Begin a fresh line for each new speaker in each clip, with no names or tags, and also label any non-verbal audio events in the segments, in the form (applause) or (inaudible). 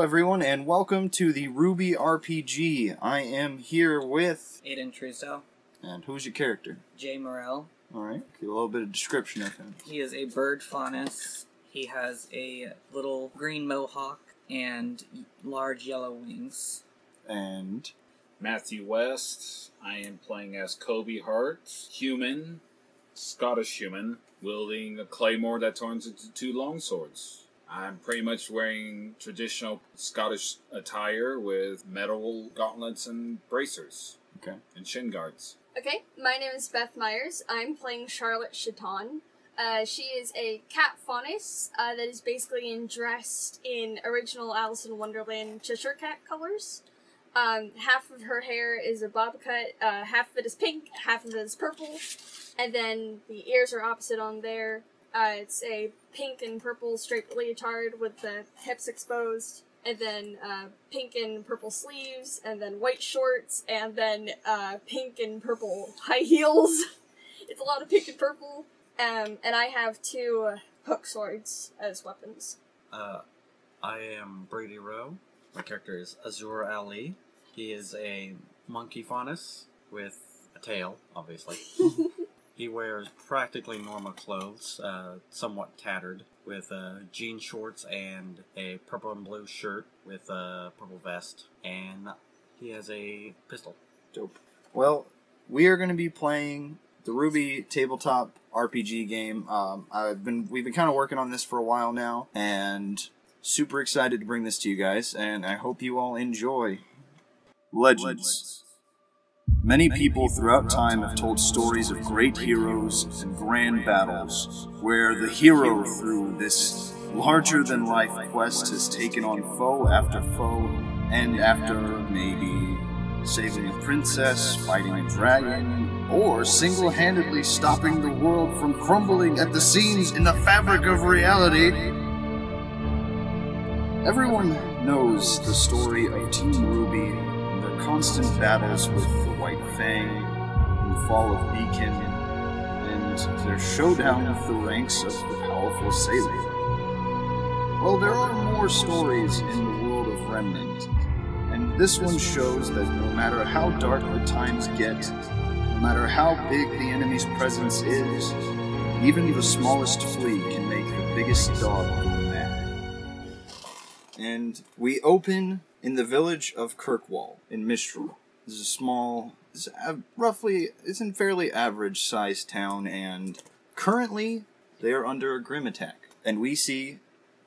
and welcome to the Ruby RPG. I am here with.
Aiden Truso,
And who's your character?
Jay Morrell.
Alright, a little bit of description of him.
He is a bird faunus. He has a little green mohawk and large yellow wings.
And.
Matthew West. I am playing as Kobe Hart, human, Scottish human, wielding a claymore that turns into two longswords. I'm pretty much wearing traditional Scottish attire with metal gauntlets and bracers
Okay.
and shin guards.
Okay, my name is Beth Myers. I'm playing Charlotte Chaton. Uh, she is a cat faunus uh, that is basically in dressed in original Alice in Wonderland Cheshire Cat colors. Um, half of her hair is a bob cut, uh, half of it is pink, half of it is purple, and then the ears are opposite on there. Uh, it's a pink and purple striped leotard with the hips exposed, and then uh, pink and purple sleeves, and then white shorts, and then uh, pink and purple high heels. (laughs) it's a lot of pink and purple. Um, and I have two uh, hook swords as weapons.
Uh, I am Brady Rowe. My character is Azur Ali. He is a monkey faunus with a tail, obviously. he wears practically normal clothes, uh, somewhat tattered, with uh, jean shorts and a purple and blue shirt with a purple vest. And he has a pistol.
Dope. Well, we are going to be playing the Ruby tabletop RPG game. Um, I've been we've been kind of working on this for a while now, and super excited to bring this to you guys. And I hope you all enjoy. Legends. Many people throughout time have told stories of great heroes and grand battles, where the hero, through this larger than life quest, has taken on foe after foe, and after maybe saving a princess, fighting a dragon, or single handedly stopping the world from crumbling at the seams in the fabric of reality. Everyone knows the story of Team Ruby and their constant battles with the White Fang, and the fall of Beacon, and their showdown with the ranks of the powerful Salia. Well, there are more stories in the world of Remnant, and this one shows that no matter how dark the times get, no matter how big the enemy's presence is, even the smallest flea can make the biggest dog go mad. And we open in the village of Kirkwall in Mistral. This is a small, it's a, roughly, it's a fairly average sized town, and currently they are under a grim attack. And we see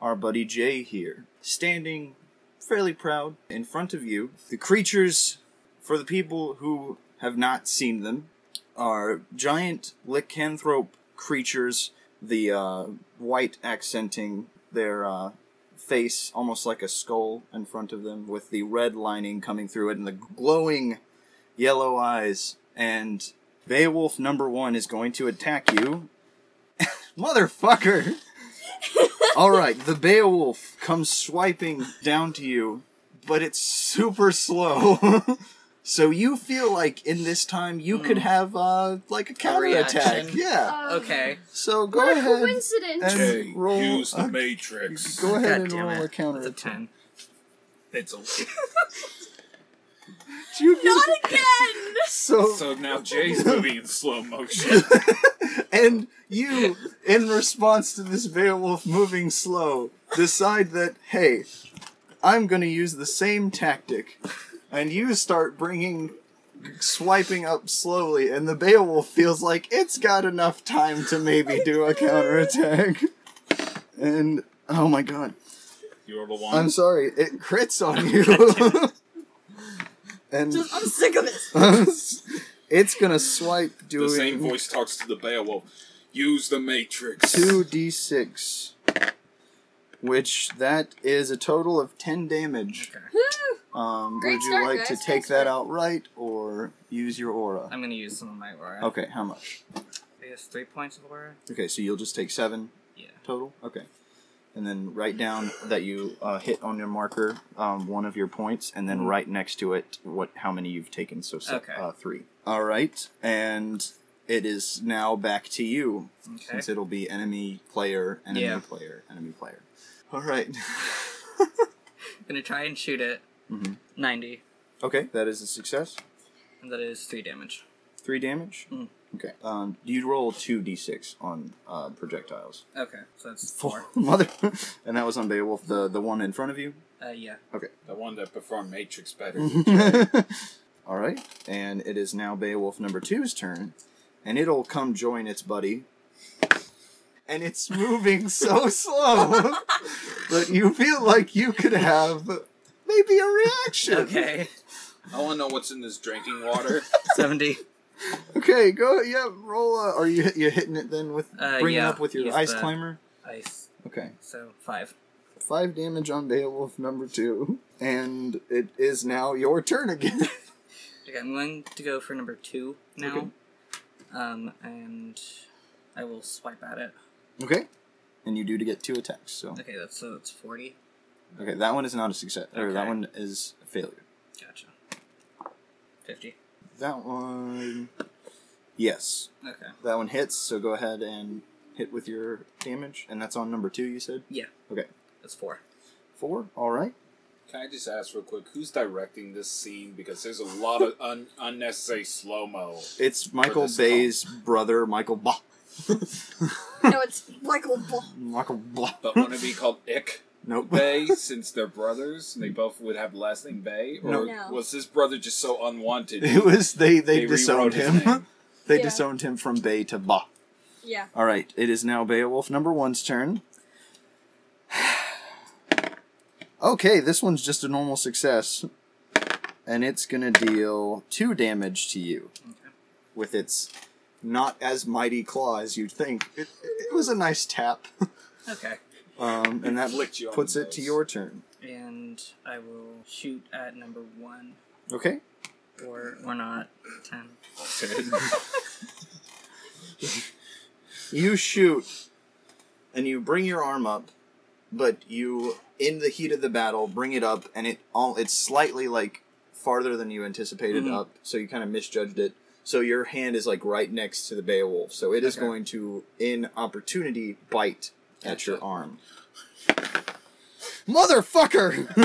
our buddy Jay here, standing fairly proud in front of you. The creatures, for the people who have not seen them, are giant lycanthrope creatures, the uh, white accenting their uh, face almost like a skull in front of them, with the red lining coming through it and the glowing yellow eyes. And Beowulf number one is going to attack you. (laughs)
(laughs)
Motherfucker! All right, the Beowulf comes swiping down to you, but it's super slow. (laughs) so you feel like in this time you could have uh, like a counterattack.
reaction.
Yeah.
Um,
Okay.
So go
What a
ahead.
coincidence!
and-
Jay,
roll
use the
a-
matrix.
Go ahead
God
and
damn
roll
it.
a counter.
It's a 10.
It's a-
You get-
Not again!
(laughs) so,
so now Jay's moving in
(laughs)
slow motion.
and you, in response to this Beowulf moving slow, decide that, hey, I'm going to use the same tactic. And you start bringing, swiping up slowly, and the Beowulf feels like it's got enough time to maybe do a counterattack. And, oh my god.
You're the one.
I'm sorry, it crits on
(laughs)
you. and
I'm sick of this.
(laughs) it's gonna swipe
the same
doing
voice talks to the Beowulf. Use the matrix.
two d six, which that is a total of ten damage.
Whew.
Um,
Great
would you
start,
like
guys.
to
Nice
take that
work.
outright or use your aura?
I'm gonna use some of my aura.
Okay, how much?
I guess three points of aura.
Okay, so you'll just take seven
Yeah.
total. Okay, and then write down that you uh, hit on your marker um, one of your points, and then right next to it what how many you've taken. So se-
Mm-hmm. Okay.
uh, three. All right, and it is now back to you.
Okay.
since it'll be enemy player, enemy
Yeah.
player, enemy player. All right.
gonna try and shoot it.
Mhm.
90,
Okay, that is a success.
and that is 3 damage.
Three damage.
Mm.
Okay. Um, you roll two d6 on uh, projectiles.
Okay, so that's 4.
(laughs) Mother, and that was on Beowulf, the the one in front
(laughs)
of you.
Uh, yeah.
The one that performed Matrix better.
Mm-hmm. All right, and it is now Beowulf number two's turn, and it'll come join its buddy. And it's moving
(laughs)
so slow, but you feel like you could have maybe a reaction.
Okay,
I want to know what's in this
(laughs)
drinking water.
70.
Okay, go. Yeah, roll. Uh, are you hit- you hitting it then with
Uh,
bringing
yeah,
up with your
use
ice
the-
climber?
Ice.
Okay.
So, 5.
Five damage on Beowulf number two, and it is now your turn again. (laughs)
Okay, I'm going to go for number 2 now.
Okay.
Um, and I will swipe at it.
okay, and you do to get two attacks. So
Okay, that's so that's 40.
okay, that one is not a success, or that
Okay.
one is a failure.
Gotcha. 50.
That one, yes,
Okay.
that one hits. So go ahead and hit with your damage, and that's on number two. You said
That's 4.
four. All right.
Can I just ask real quick, who's directing this scene? Because there's a lot of un- unnecessary slow mo.
It's Michael
this
Bay's brother, Michael Ba.
(laughs)
(laughs)
no, it's Michael Ball.
Michael Ba.
But want to be called Ick
Nope. (laughs)
Bay since they're brothers and they both would have the last name Bay? Or
No.
was this brother just so unwanted?
It was they. They,
rewrote
disowned
his
him.
name?
(laughs) they
Yeah.
disowned him from Bay to Ba.
Yeah.
All right, it is now Beowulf number one's turn. (sighs) okay, this one's just a normal success, and it's gonna deal two damage to you
Okay.
with its not as mighty claw as you'd think. It, it was a nice tap, (laughs)
Okay.
um, and that
Flicked you on
puts
the
it to
nose.
your turn.
And I will shoot at number 1.
Okay,
Or, or not. 10.
you shoot, and you bring your arm up, but you, in the heat of the battle, bring it up, and it all it's slightly like farther than you anticipated
Mhm.
up, so you kind of misjudged it. So your hand is like right next to the Beowulf, so it is
Okay.
going to, in opportunity, bite at your arm. Motherfucker!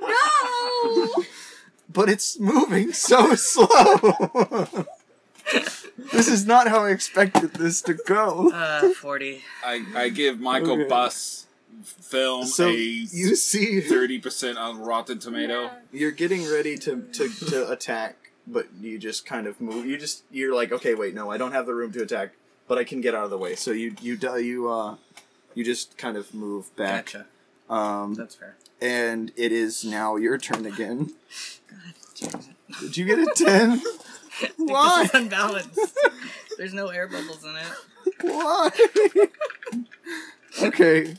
No!
(laughs) but it's moving so slow. this is not how I expected this to go.
Uh, 40.
I, I give Michael
Okay.
Bus film
So
a
you see,
30% on Rotten Tomato.
Yeah.
(laughs) you're getting ready to, to, to attack, but you just kind of move. You just you're like, okay, wait, no, I don't have the room to attack, but I can get out of the way. So you you do- you uh you just kind of move back.
Gotcha.
Um,
That's fair.
and it is now your turn (laughs) again.
Jeez. I think
(laughs) Did you get a ten? Why?
This is (laughs) unbalanced. There's no air bubbles in it.
Why? (laughs) okay.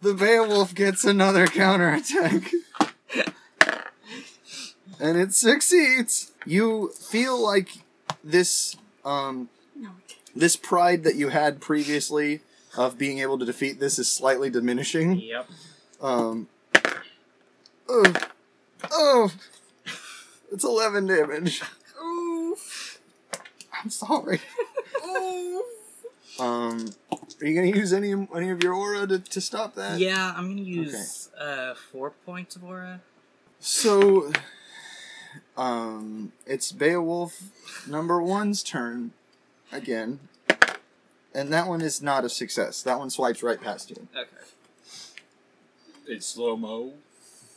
The Beowulf gets another counterattack. and it succeeds. You feel like this um
No.
this pride that you had previously of being able to defeat this is slightly diminishing.
Yep.
Um Oh. Oh. It's 11 damage.
Oof.
I'm sorry.
Oof.
Um are you going to use any any of your aura to, to stop that?
Yeah, I'm gonna use uh four points of aura.
So, um, it's Beowulf number one's turn again, and that one is not a success. That one swipes right past you.
Okay.
It's slow mo.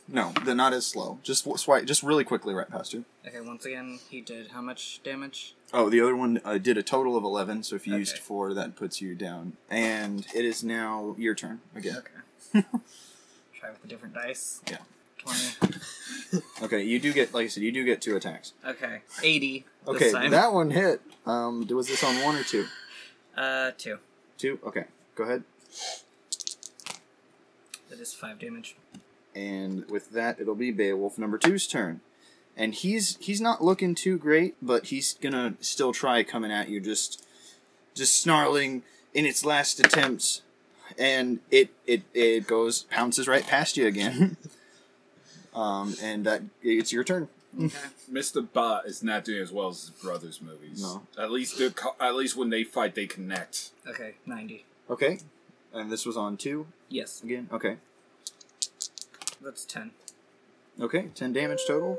No, they're not as slow. Just w- swipe, just really quickly right past you.
Okay. Once again, he did how much damage?
Oh, the other one uh, did a total of eleven. So if you used
Okay.
four, that puts you down, and it is now your turn again.
Okay. Try with a different dice.
Yeah.
Twenty.
Okay, you do get, like I said, you do get two attacks.
Okay. Eighty. This
Okay,
time.
that one hit. Um, was this on one or two?
Uh, two.
Two. Okay, go ahead.
That is five damage.
and with that it'll be beowulf number two's turn and he's he's not looking too great but he's gonna still try coming at you just just snarling in its last attempts and it it it goes pounces right past you again um and that it's your turn
Okay.
Mr. Ba is not doing as well as his brothers' movies.
No.
At least they're co- at least when they fight, they
(laughs)
connect.
okay. Ninety.
okay and this was on two
Yes.
again okay
That's ten.
Okay, 10 damage total.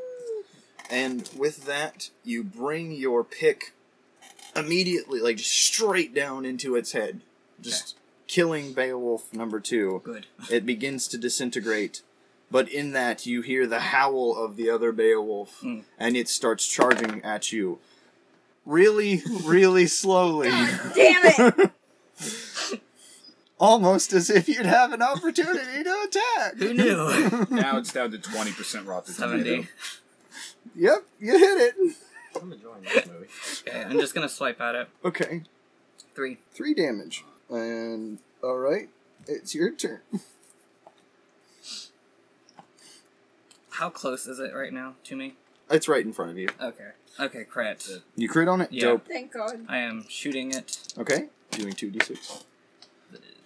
And with that, you bring your pick immediately, like just straight down into its head, just killing Beowulf number two.
Good.
It begins to disintegrate, but in that, you hear the howl of the other Beowulf,
Mm.
and it starts charging at you. Really, really slowly.
Damn
(laughs)
it!
Almost as if you'd have an opportunity to attack.
Who (laughs) knew?
now it's down to 20% rotten tomato.
Seventy.
Yep, you hit it.
I'm enjoying this movie.
Okay, I'm just gonna swipe at it.
Okay,
Three.
three damage. And all right, it's your turn.
How close is it right now to me?
It's right in front of you.
Okay. Okay, crit.
You crit on it.
Yeah.
Dope.
Thank God.
I am shooting it.
Okay, doing two d six.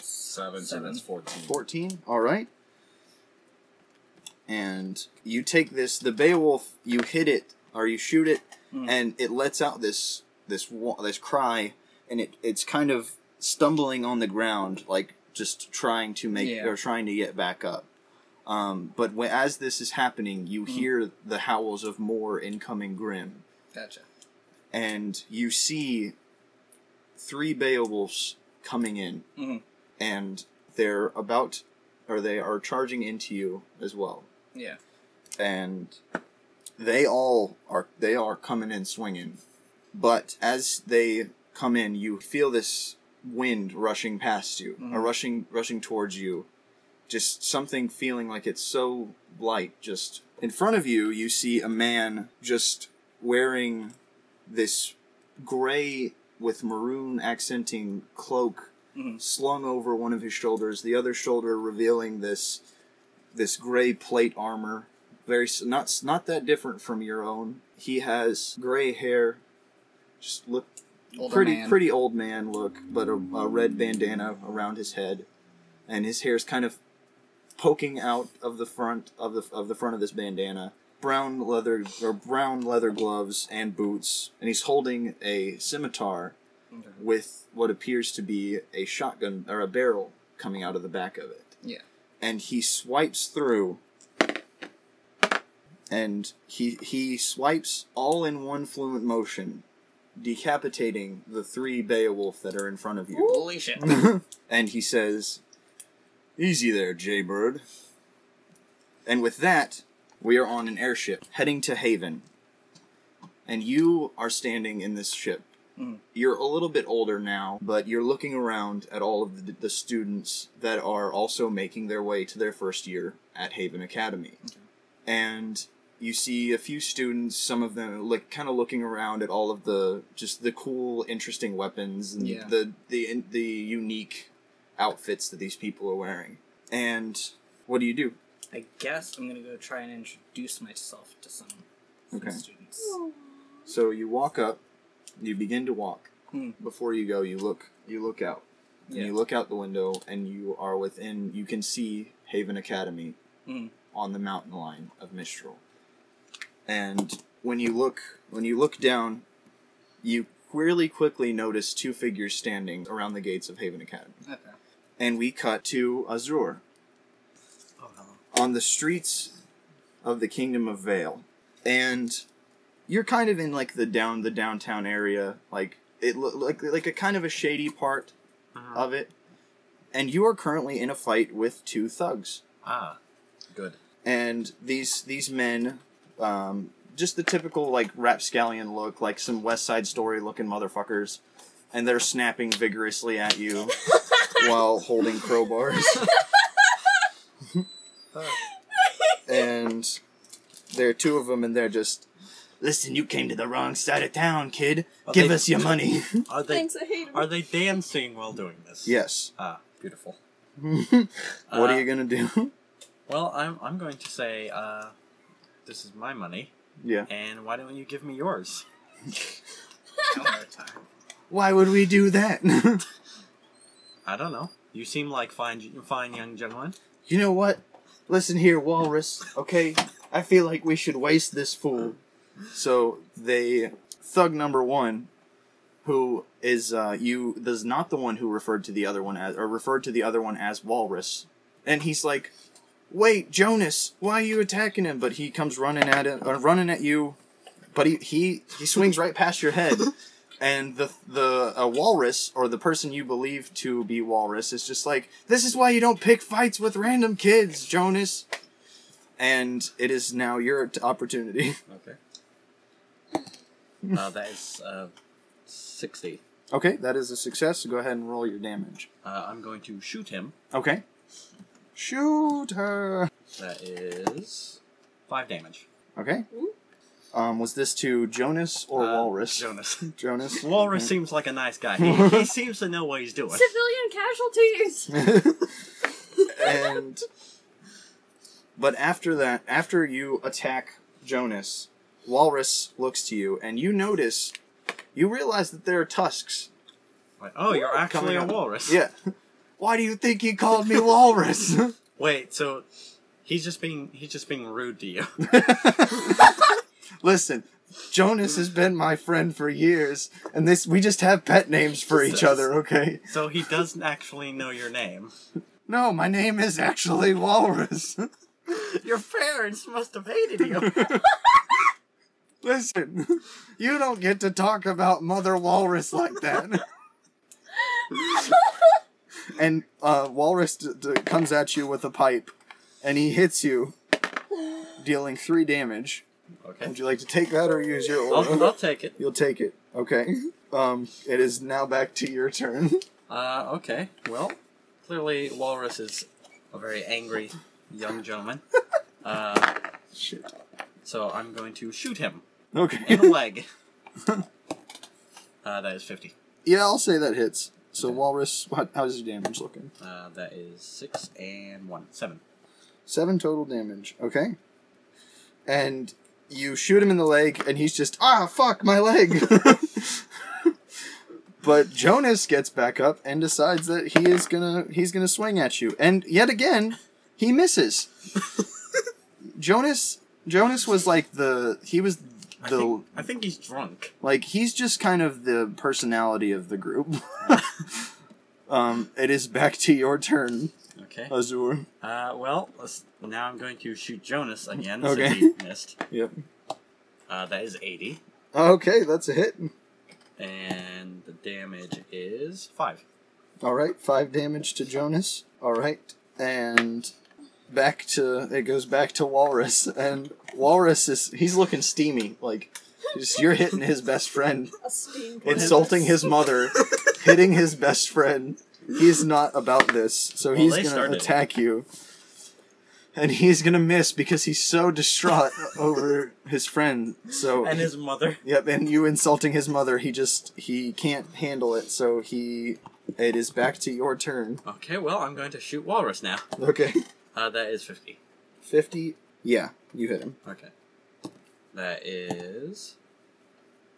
Seven, so
Seven.
that's 14.
Fourteen. All right. And you take this. The Beowulf. You hit it, or you shoot it,
Mm.
and it lets out this this wa- this cry, and it it's kind of stumbling on the ground, like just trying to make
Yeah.
or trying to get back up. Um, but when, as this is happening, you
Hmm.
hear the howls of more incoming Grim.
Gotcha.
and you see three Beowulfs coming in,
Mhm.
and they're about, or they are charging into you as well,
Yeah.
and they all are they are coming in swinging, but as they come in, you feel this wind rushing past you, or
Mhm.
rushing rushing towards you, just something feeling like it's so light. Just in front of you, you see a man just wearing this gray with maroon accenting cloak
Mhm.
slung over one of his shoulders, the other shoulder revealing this this gray plate armor. Very s- not s- not that different from your own. He has gray hair, just look
Older
pretty
man.
pretty old man look, but a, a red bandana around his head, and his hair's kind of poking out of the front of the of the front of this bandana. Brown leather or brown leather gloves and boots, and he's holding a scimitar
Okay.
with what appears to be a shotgun or a barrel coming out of the back of it.
Yeah.
And he swipes through and he he swipes all in one fluent motion, decapitating the three Beowulf that are in front of you.
Holy shit.
(laughs) and he says, "Easy there, Jaybird." And with that, we are on an airship heading to Haven. And you are standing in this ship.
Mhm.
You're a little bit older now, but you're looking around at all of the, the students that are also making their way to their first year at Haven Academy. And you see a few students, some of them like kind of looking around at all of the just the cool, interesting weapons and
Yeah.
the the the unique outfits that these people are wearing. And what do you do?
I guess I'm gonna go try and introduce myself to some, some
Okay.
students.
So you walk up, you begin to walk.
Hmm.
Before you go, you look you look out. And
Yeah.
you look out the window and you are within you can see Haven Academy
Hmm.
on the mountain line of Mistral. And when you look when you look down, you really quickly notice two figures standing around the gates of Haven Academy.
Okay.
And we cut to Azure
Oh hello.
on the streets of the kingdom of Vale, and you're kind of in like the down the downtown area, like it lo- like like a kind of a shady part
Uh,
of it, and you are currently in a fight with two thugs,
ah, good.
and these these men, um, just the typical like rapscallion look, like some West Side Story looking motherfuckers, and they're snapping vigorously at you while holding crowbars. and there are two of them, and they're just. Listen, you came to the wrong side of town, kid.
Are
Give
they-
us your (laughs) money.
Are they
Thanks, I hate him.
are they dancing while doing this?
yes. (laughs)
Ah, beautiful.
what
Uh,
are you gonna do? (laughs)
Well, I'm I'm going to say uh, this is my money,
yeah.
and why don't you give me (laughs) yours?
Why would we do that? (laughs)
I don't know. You seem like fine fine young gentlemen.
you know what? Listen here, Walrus. Okay, I feel like we should waste this fool. So they thug number one, who is uh, you is not the one who referred to the other one as or referred to the other one as Walrus, and he's like, wait, Jonas, why are you attacking him? But he comes running at him, uh, running at you. But he he he swings right past your head, and the the uh, walrus or the person you believe to be walrus is just like, this is why you don't pick fights with random kids, Jonas. And it is now your t- opportunity. (laughs)
Okay. Uh, that is uh, 60.
Okay, that is a success. So go ahead and roll your damage.
Uh, I'm going to shoot him.
Okay. Shoot her.
That is 5 damage.
Okay. Um, was this to Jonas or
Uh,
Walrus? (laughs) Mhm.
Jonas.
Jonas.
Walrus seems like a nice guy. He,
(laughs)
he seems to know what he's doing.
Civilian casualties!
and but after that, after you attack Jonas, Walrus looks to you, and you notice, you realize that there are tusks.
Like, oh, you're actually
Coming up.
a walrus.
Yeah. Why do you think he called me Walrus?
Wait, so he's just being he's just being rude to
(laughs)
you.
Listen, Jonas has been my friend for years, and this we just have pet names for each other, okay?
so he doesn't actually know your name.
No, my name is actually Walrus.
Your parents must have
(laughs)
hated you.
Listen, (laughs) you don't get to talk about Mother Walrus like that. and uh, Walrus d- d- comes at you with a pipe, and he hits you, dealing three damage.
okay.
Would you like to take that or use your
I'll,
aura?
I'll take it.
You'll take it. Okay. Um, it is now back to your turn.
Uh, okay. Well, clearly Walrus is a very angry young (laughs) gentleman. Uh,
Shit.
so I'm going to shoot him
(laughs) Okay.
(laughs) in the leg. Uh, that is 50.
Yeah, I'll say that hits. So
Okay.
Walrus, what, how's your damage looking?
Uh, that is 6 and 1. 7.
Seven total damage. Okay. And you shoot him in the leg, and he's just, ah, fuck, my leg. (laughs) but Jonas gets back up and decides that he is gonna he's gonna swing at you. And yet again, he misses. Jonas Jonas was like the he was
I
the
think, I think he's drunk.
like he's just kind of the personality of the group. (laughs) um, it is back to your turn,
Okay.
Azur.
Uh, well, let's, now I'm going to shoot Jonas again
Okay.
since he missed.
Yep.
Uh, that is 80.
Okay, that's a hit.
And the damage is 5.
All right, five damage to Jonas. All right, and back to it goes back to Walrus, and Walrus is he's looking steamy, like just, you're hitting his best
(laughs)
friend,
A steam
insulting his mother, hitting his best friend. He's not about this, so
Well,
he's
they
gonna
started it.
attack you, and he's gonna miss because he's so distraught over his friend. So
And his mother.
Yep, and you insulting his mother, he just he can't handle it, so he it is back to your turn.
Okay, well, I'm going to shoot Walrus now.
Okay.
Uh, that is 50.
(laughs) Fifty Yeah, you hit him.
Okay. That is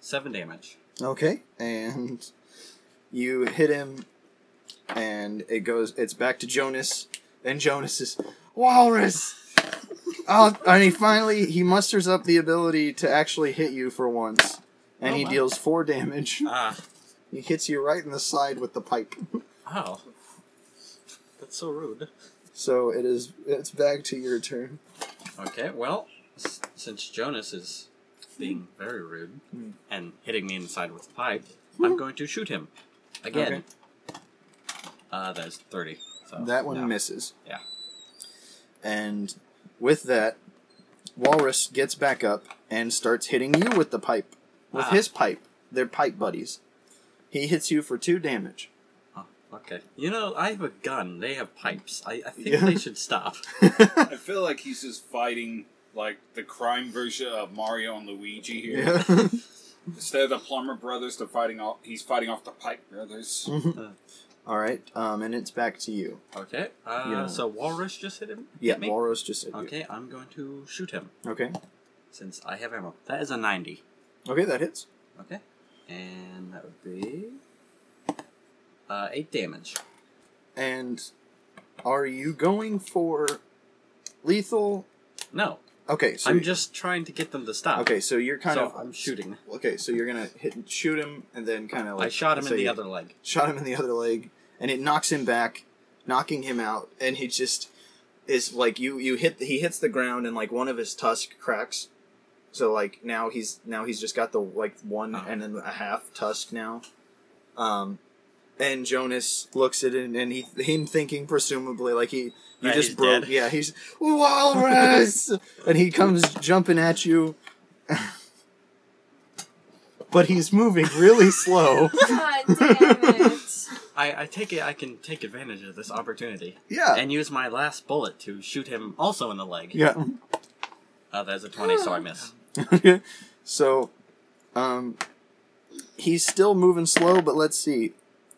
7 damage.
Okay. And you hit him and it goes it's back to Jonas. And Jonas is Walrus Oh and he finally he musters up the ability to actually hit you for once. And
Oh,
he
wow.
deals four damage. (laughs)
Ah.
He hits you right in the side with the pipe.
Wow. That's so rude.
So it is it's back to your turn.
Okay, well, s- since Jonas is being very rude
Mm.
and hitting me in the side with a pipe, I'm going to shoot him again.
Okay.
Uh, that's thirty. So
That one
no.
misses.
Yeah.
And with that, Walrus gets back up and starts hitting you with the pipe. With
Ah.
his pipe. They're pipe buddies. He hits you for two
(laughs)
damage.
Oh, okay. You know, I have a gun. They have pipes. I, I think
Yeah.
they should stop.
I feel like he's just fighting like the crime version of Mario and Luigi here.
Yeah. (laughs)
(laughs) Instead of the Plumber Brothers, they're fighting off. He's fighting off the Pipe Brothers.
All right. Um, and it's back to you.
Okay. Uh,
Yeah.
So Walrus just hit him.
Yeah.
hit me?
Walrus just hit
Okay, I'm going to shoot him
you. Okay.
since I have ammo. That is a ninety.
Okay, that hits.
Okay. And that would be uh, eight damage.
And are you going for lethal?
No,
Okay. So
I'm just trying to get them to stop.
Okay, so you're kind
so
of
I'm shooting.
Okay, so you're gonna hit, shoot him, and then kind of like
I shot him
so
in the
you-
other leg.
shot him in the other leg, and it knocks him back, knocking him out, and he just is like you you hit he hits the ground and like one of his tusk cracks. So like now he's now he's just got the like one
Oh.
and then a half tusk now. Um and Jonas looks at it and he him thinking presumably like he you
That
just
he's
broke
dead.
yeah he's
(laughs)
walrus and he comes jumping at you (laughs) but he's moving really
(laughs)
slow
(laughs) God damn (laughs) it.
I, I take it. I can take advantage of this opportunity
yeah
and use my last bullet to shoot him also in the leg.
Uh. yeah
Uh, that's a twenty, so
(gasps)
I miss.
(laughs) so, um, he's still moving slow, but let's see.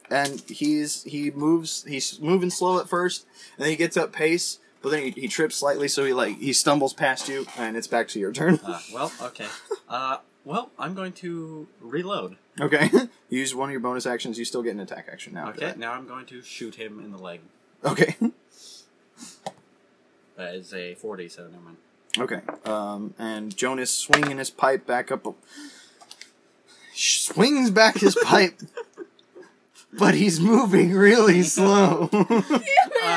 And he's he moves he's moving slow at first, and then he gets up pace, but then he, he trips slightly, so he like he stumbles past you, and it's back to your turn.
Uh, well, okay. Uh, well, I'm going to reload.
(laughs) Okay, (laughs) use one of your bonus actions. You still get an attack action now. after
Okay, now I'm going to shoot him in the leg.
that. Okay. (laughs)
That is a forty, so never mind.
Okay. Um, and Jonas swinging his pipe back up. a- Swings back his
(laughs)
pipe, but he's moving really
(laughs)
slow.
Uh,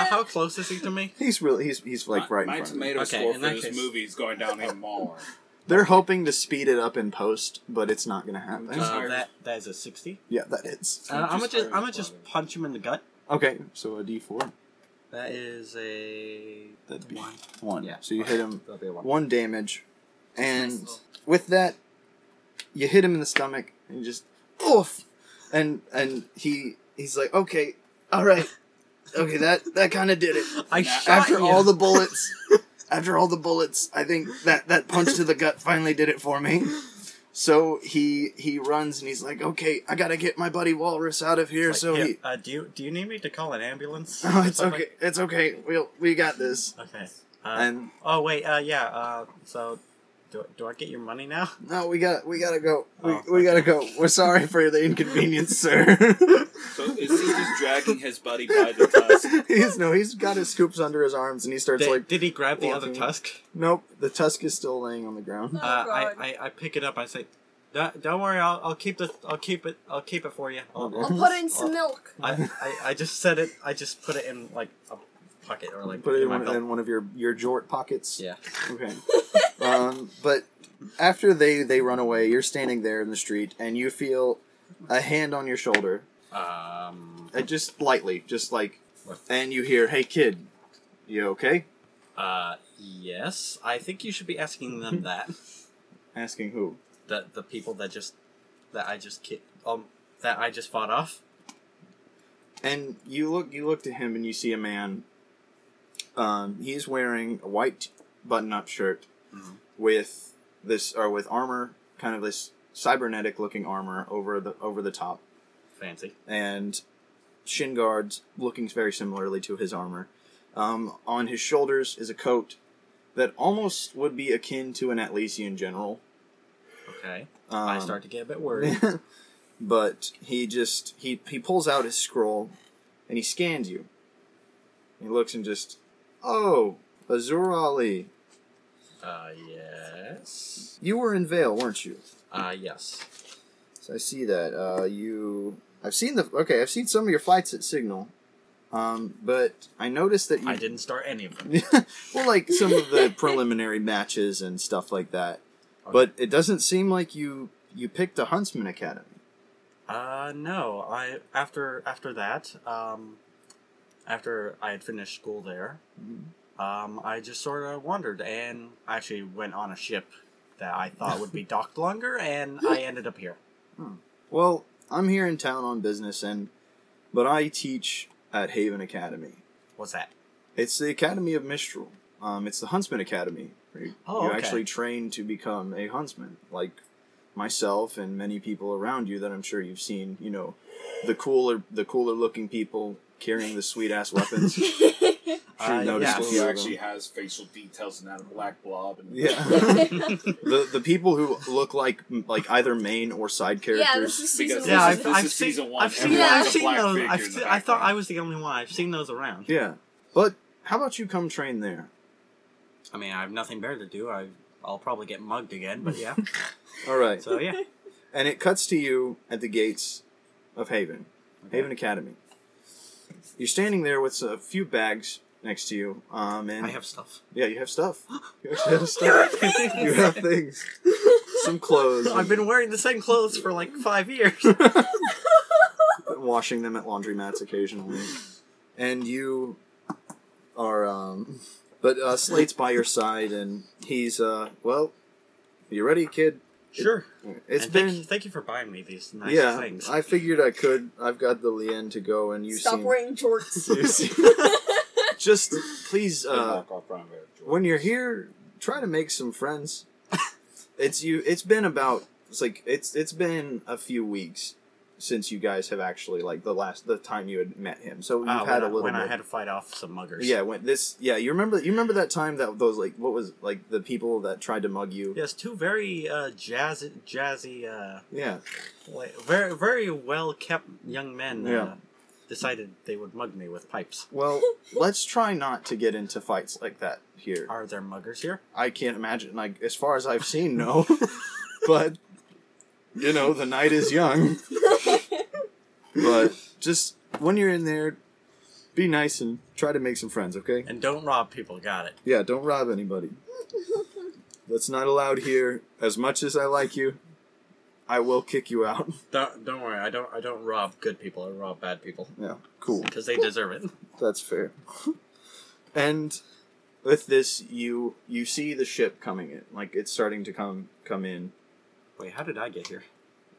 how close is he to me?
He's really he's he's like
my,
right
my
in front of me.
tomato
Okay,
score
in
for
that
this
case-
movie is going down
(laughs)
even more.
They're hoping to speed it up in post, but it's not gonna happen.
Just
Uh,
higher.
that that is a sixty.
yeah, that is.
Uh, I'm gonna
Just
just,
higher
I'm gonna
than
just
eleven.
punch him in the gut.
Okay, so a D four.
That is a
That'd be
one.
One.
Yeah.
So you hit him
(laughs) That'll be a one.
one damage. And
little-
with that you hit him in the stomach and you just oof and and he he's like, Okay, alright. Okay, that that kinda did it.
I
Now-
shot
After
you.
all
(laughs)
the bullets after all the bullets, I think that that punch to the gut finally did it for me. So he he runs and he's like, Okay, I gotta get my buddy Walrus out of here,
Like,
so
yeah,
he (laughs)
uh, do you do you need me to call an ambulance?
Oh,
or
it's
something?
okay. It's okay. We'll we got this.
Okay. Uh,
And
oh wait, uh, yeah. Uh, so do, do I get your money now?
no, we got we gotta go. We,
Oh,
we gotta go. We're sorry for the
(laughs)
inconvenience, sir.
So is he just dragging his buddy by
(laughs)
the tusk?
he's no. He's got his scoops under his arms, and he starts
Did,
like,
did he grab the other
walking.
tusk?
nope. The tusk is still laying on the ground.
Oh,
Uh, I,
God.
I I pick it up. I say, don't, don't worry. I'll, I'll keep this. I'll keep it. I'll keep it for you. I'll-
Okay.
I'll put in some milk. (laughs)
I, I I just said it. I just put it in like a pocket or like
Put it in
my
one,
belt.
in one of your your jort pockets.
Yeah.
Okay. um, but after they they run away, you're standing there in the street, and you feel a hand on your shoulder,
Um.
uh, just lightly, just like,
What?
and you hear, "Hey, kid, you okay?"
Uh. Yes. I think you should be asking them that.
Asking who?
the the people that just that I just ki- um that I just fought off.
And you look you look to him and you see a man. Um, he's wearing a white button up shirt
Mhm.
with this or with armor, kind of this cybernetic looking armor over the over the top,
Fancy.
and shin guards looking very similarly to his armor. Um, on his shoulders is a coat that almost would be akin to an Atlesian general.
Okay.
Um, (laughs)
I start to get a bit worried.
but he just he he pulls out his scroll and he scans you. He looks and just oh, Azur Ali,
uh yes.
you were in Vale, weren't you?
Uh yes.
So I see that uh, you. I've seen the okay. I've seen some of your flights at Signal, um, but I noticed that you.
I didn't start any of them.
(laughs) well, like some of
(laughs)
the preliminary matches and stuff like that, but it doesn't seem like you you picked the Huntsman Academy.
Uh no. I after after that, um after I had finished school there, um I just sort of wandered and actually went on a ship that I thought would be docked longer and I ended up here.
Well, I'm here in town on business, and but I teach at Haven Academy.
What's that?
It's the Academy of Mistral. Um, it's the Huntsman Academy. Where you
Oh,
you
okay.
actually train to become a huntsman, like myself and many people around you that I'm sure you've seen. You know, the cooler, the cooler looking people carrying the sweet ass
(laughs)
weapons.
Uh,
noticed
yeah.
it.
Who actually has facial details and that black blob? And
yeah, the the people who look like like either main or side characters.
Yeah, this is season
Because
one.
Yeah,
This
I've,
is- this
I've
is
seen.
season one.
I've seen.
Everyone
I've
has a
seen
black
those.
figure
I've
in the
se- I thought
background.
I was the only one. I've seen those around.
yeah. But how about you come train there?
I mean, I have nothing better to do. I I'll probably get mugged again, but (laughs) yeah.
All right.
so yeah.
and it cuts to you at the gates of Haven, Haven Academy. You're standing there with a few bags next to you. Um, and
I have (laughs) stuff.
yeah, you have stuff.
(gasps)
You actually have stuff. you have things. Some clothes.
(laughs) I've been wearing the same clothes for like five years.
(laughs) washing them at laundromats occasionally. And you are, um, but uh, Slate's by your side, and he's, uh, well, you ready, kid?
sure.
It's
And
been,
thank you, thank you for buying me these nice
yeah.
things. (laughs)
I figured I could. I've got the Lien to go, and you
Stop
seem,
wearing jorts.
(laughs)
you seem- just please, uh, when you're here, try to make some friends.
(laughs)
it's you. It's been about. It's like it's it's been a few weeks since you guys have actually like the last the time you had met him. So you've (laughs)
Uh,
had
when
a
I-
little.
when I
bit-
had to fight off some muggers.
Yeah, when this yeah, you remember you remember that time that those like what was like the people that tried to mug you?
Yes, two very uh, jazz, jazzy, uh,
Yeah.
wa- very very well kept young men uh,
Yeah.
decided they would mug me with pipes. (laughs)
Well, let's try not to get into fights like that here.
Are there muggers here?
I can't imagine like as far as I've seen no. but you know, the night is young. but just when you're in there be nice and try to make some friends, okay?
And don't rob people. Got it.
Yeah, don't rob anybody. That's not allowed here. As much as I like you, I will kick you out. (laughs)
Don't, don't worry. I don't I don't rob good people. I rob bad people
Yeah, cool.
because they deserve it.
That's fair. (laughs) and with this, you you see the ship coming in, like it's starting to come come in.
Wait, how did I get here?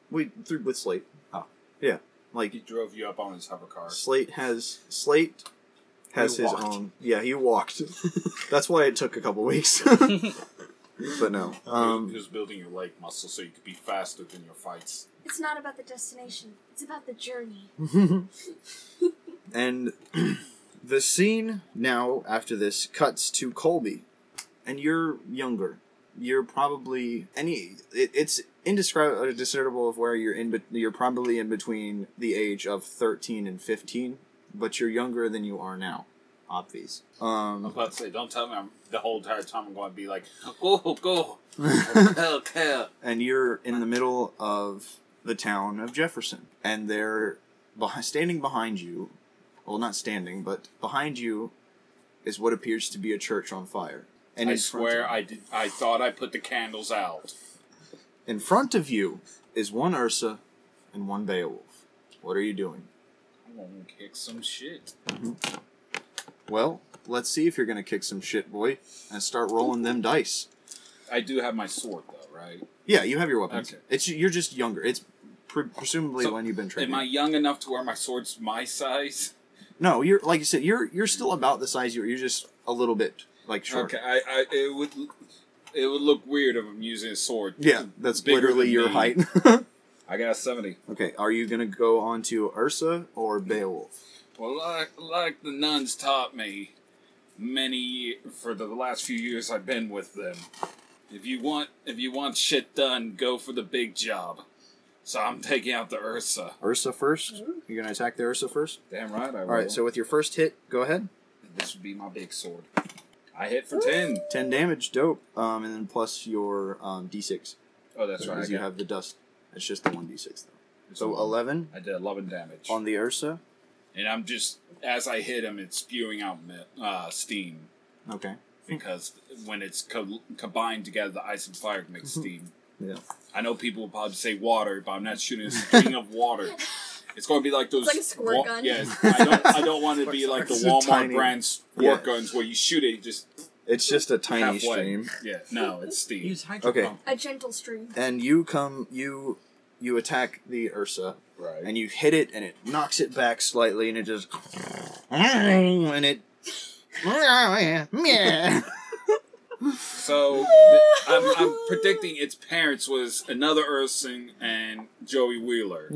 We through with Slate.
Oh.
yeah, like
He drove you up on his hover car.
Slate has Slate has
He
his
walked.
own. Yeah, he
(laughs)
walked. That's why it took a couple weeks. but no,
he
um,
was building your leg muscle so you could be faster than your fights.
it's not about the destination. It's about the journey.
(laughs) and (clears throat) the scene now after this cuts to Colby, and you're younger. You're probably any. It, it's indescribable, discernible of where you're in. bet- You're probably in between the age of thirteen and fifteen, but you're younger than you are now. Obvious.
I was
Um,
about to say, don't tell me I'm, the whole entire time I'm going to be like, (laughs) go, go, kill, kill.
and you're in the middle of the town of Jefferson, and they're beh- standing behind you. Well, not standing, but behind you is what appears to be a church on fire. And
I
in front of
swear
you-
I did. I thought I put the candles out.
In front of you is one Ursa and one Beowulf. What are you doing?
I'm going to kick some shit.
Well, let's see if you're going to kick some shit, boy, and start rolling them dice.
I do have my sword, though, right?
Yeah, you have your weapons.
Okay.
It's you're just younger. It's pre- presumably
So,
when you've been training.
Am I young enough to where my sword's my size?
No, you're like you said. You're you're still about the size you were. You're just a little bit like short.
Okay, I, I, it would, it would look weird if I'm using a sword.
Yeah, that's
Bigger
literally
than
your
me.
height. (laughs)
I got a seventy.
okay, are you gonna go on to Ursa or Beowulf?
Well, like, like the nuns taught me many ye- for the last few years I've been with them. If you want, if you want shit done, go for the big job. So I'm taking out the Ursa.
Ursa first. You're gonna attack the Ursa first.
Damn right, I will.
All right. So with your first hit, go ahead.
this would be my big sword. I hit for ten.
Ten damage, dope. Um, and then plus your um d6
Oh, that's right. I
because you
got-
have the dust. It's just the one d6 though. So
It's a-
eleven
I did eleven damage,
on the Ursa.
and I'm just as I hit him, it's spewing out me- uh, steam.
Okay.
because when it's co- combined together, the ice and fire makes steam.
Mm-hmm. Yeah.
I know people will probably say water, but I'm not shooting a string of
(laughs)
water. It's going to be like those.
like a squirt gun.
Yeah, it's- I don't. I don't want it
(laughs)
to be like the
It's a
Walmart
tiny-
brand squirt
Yeah.
guns where you shoot it, you just
It's just a tiny
halfway. Oh.
stream.
Yeah, no, it's steam.
Use hydro
Okay.
pump.
A gentle stream.
And you come you you attack the Ursa
Right.
and you hit it and it knocks it back slightly and it just and it (laughs)
(laughs)
so th- I'm, I'm predicting its parents was another Ursing and Joey Wheeler.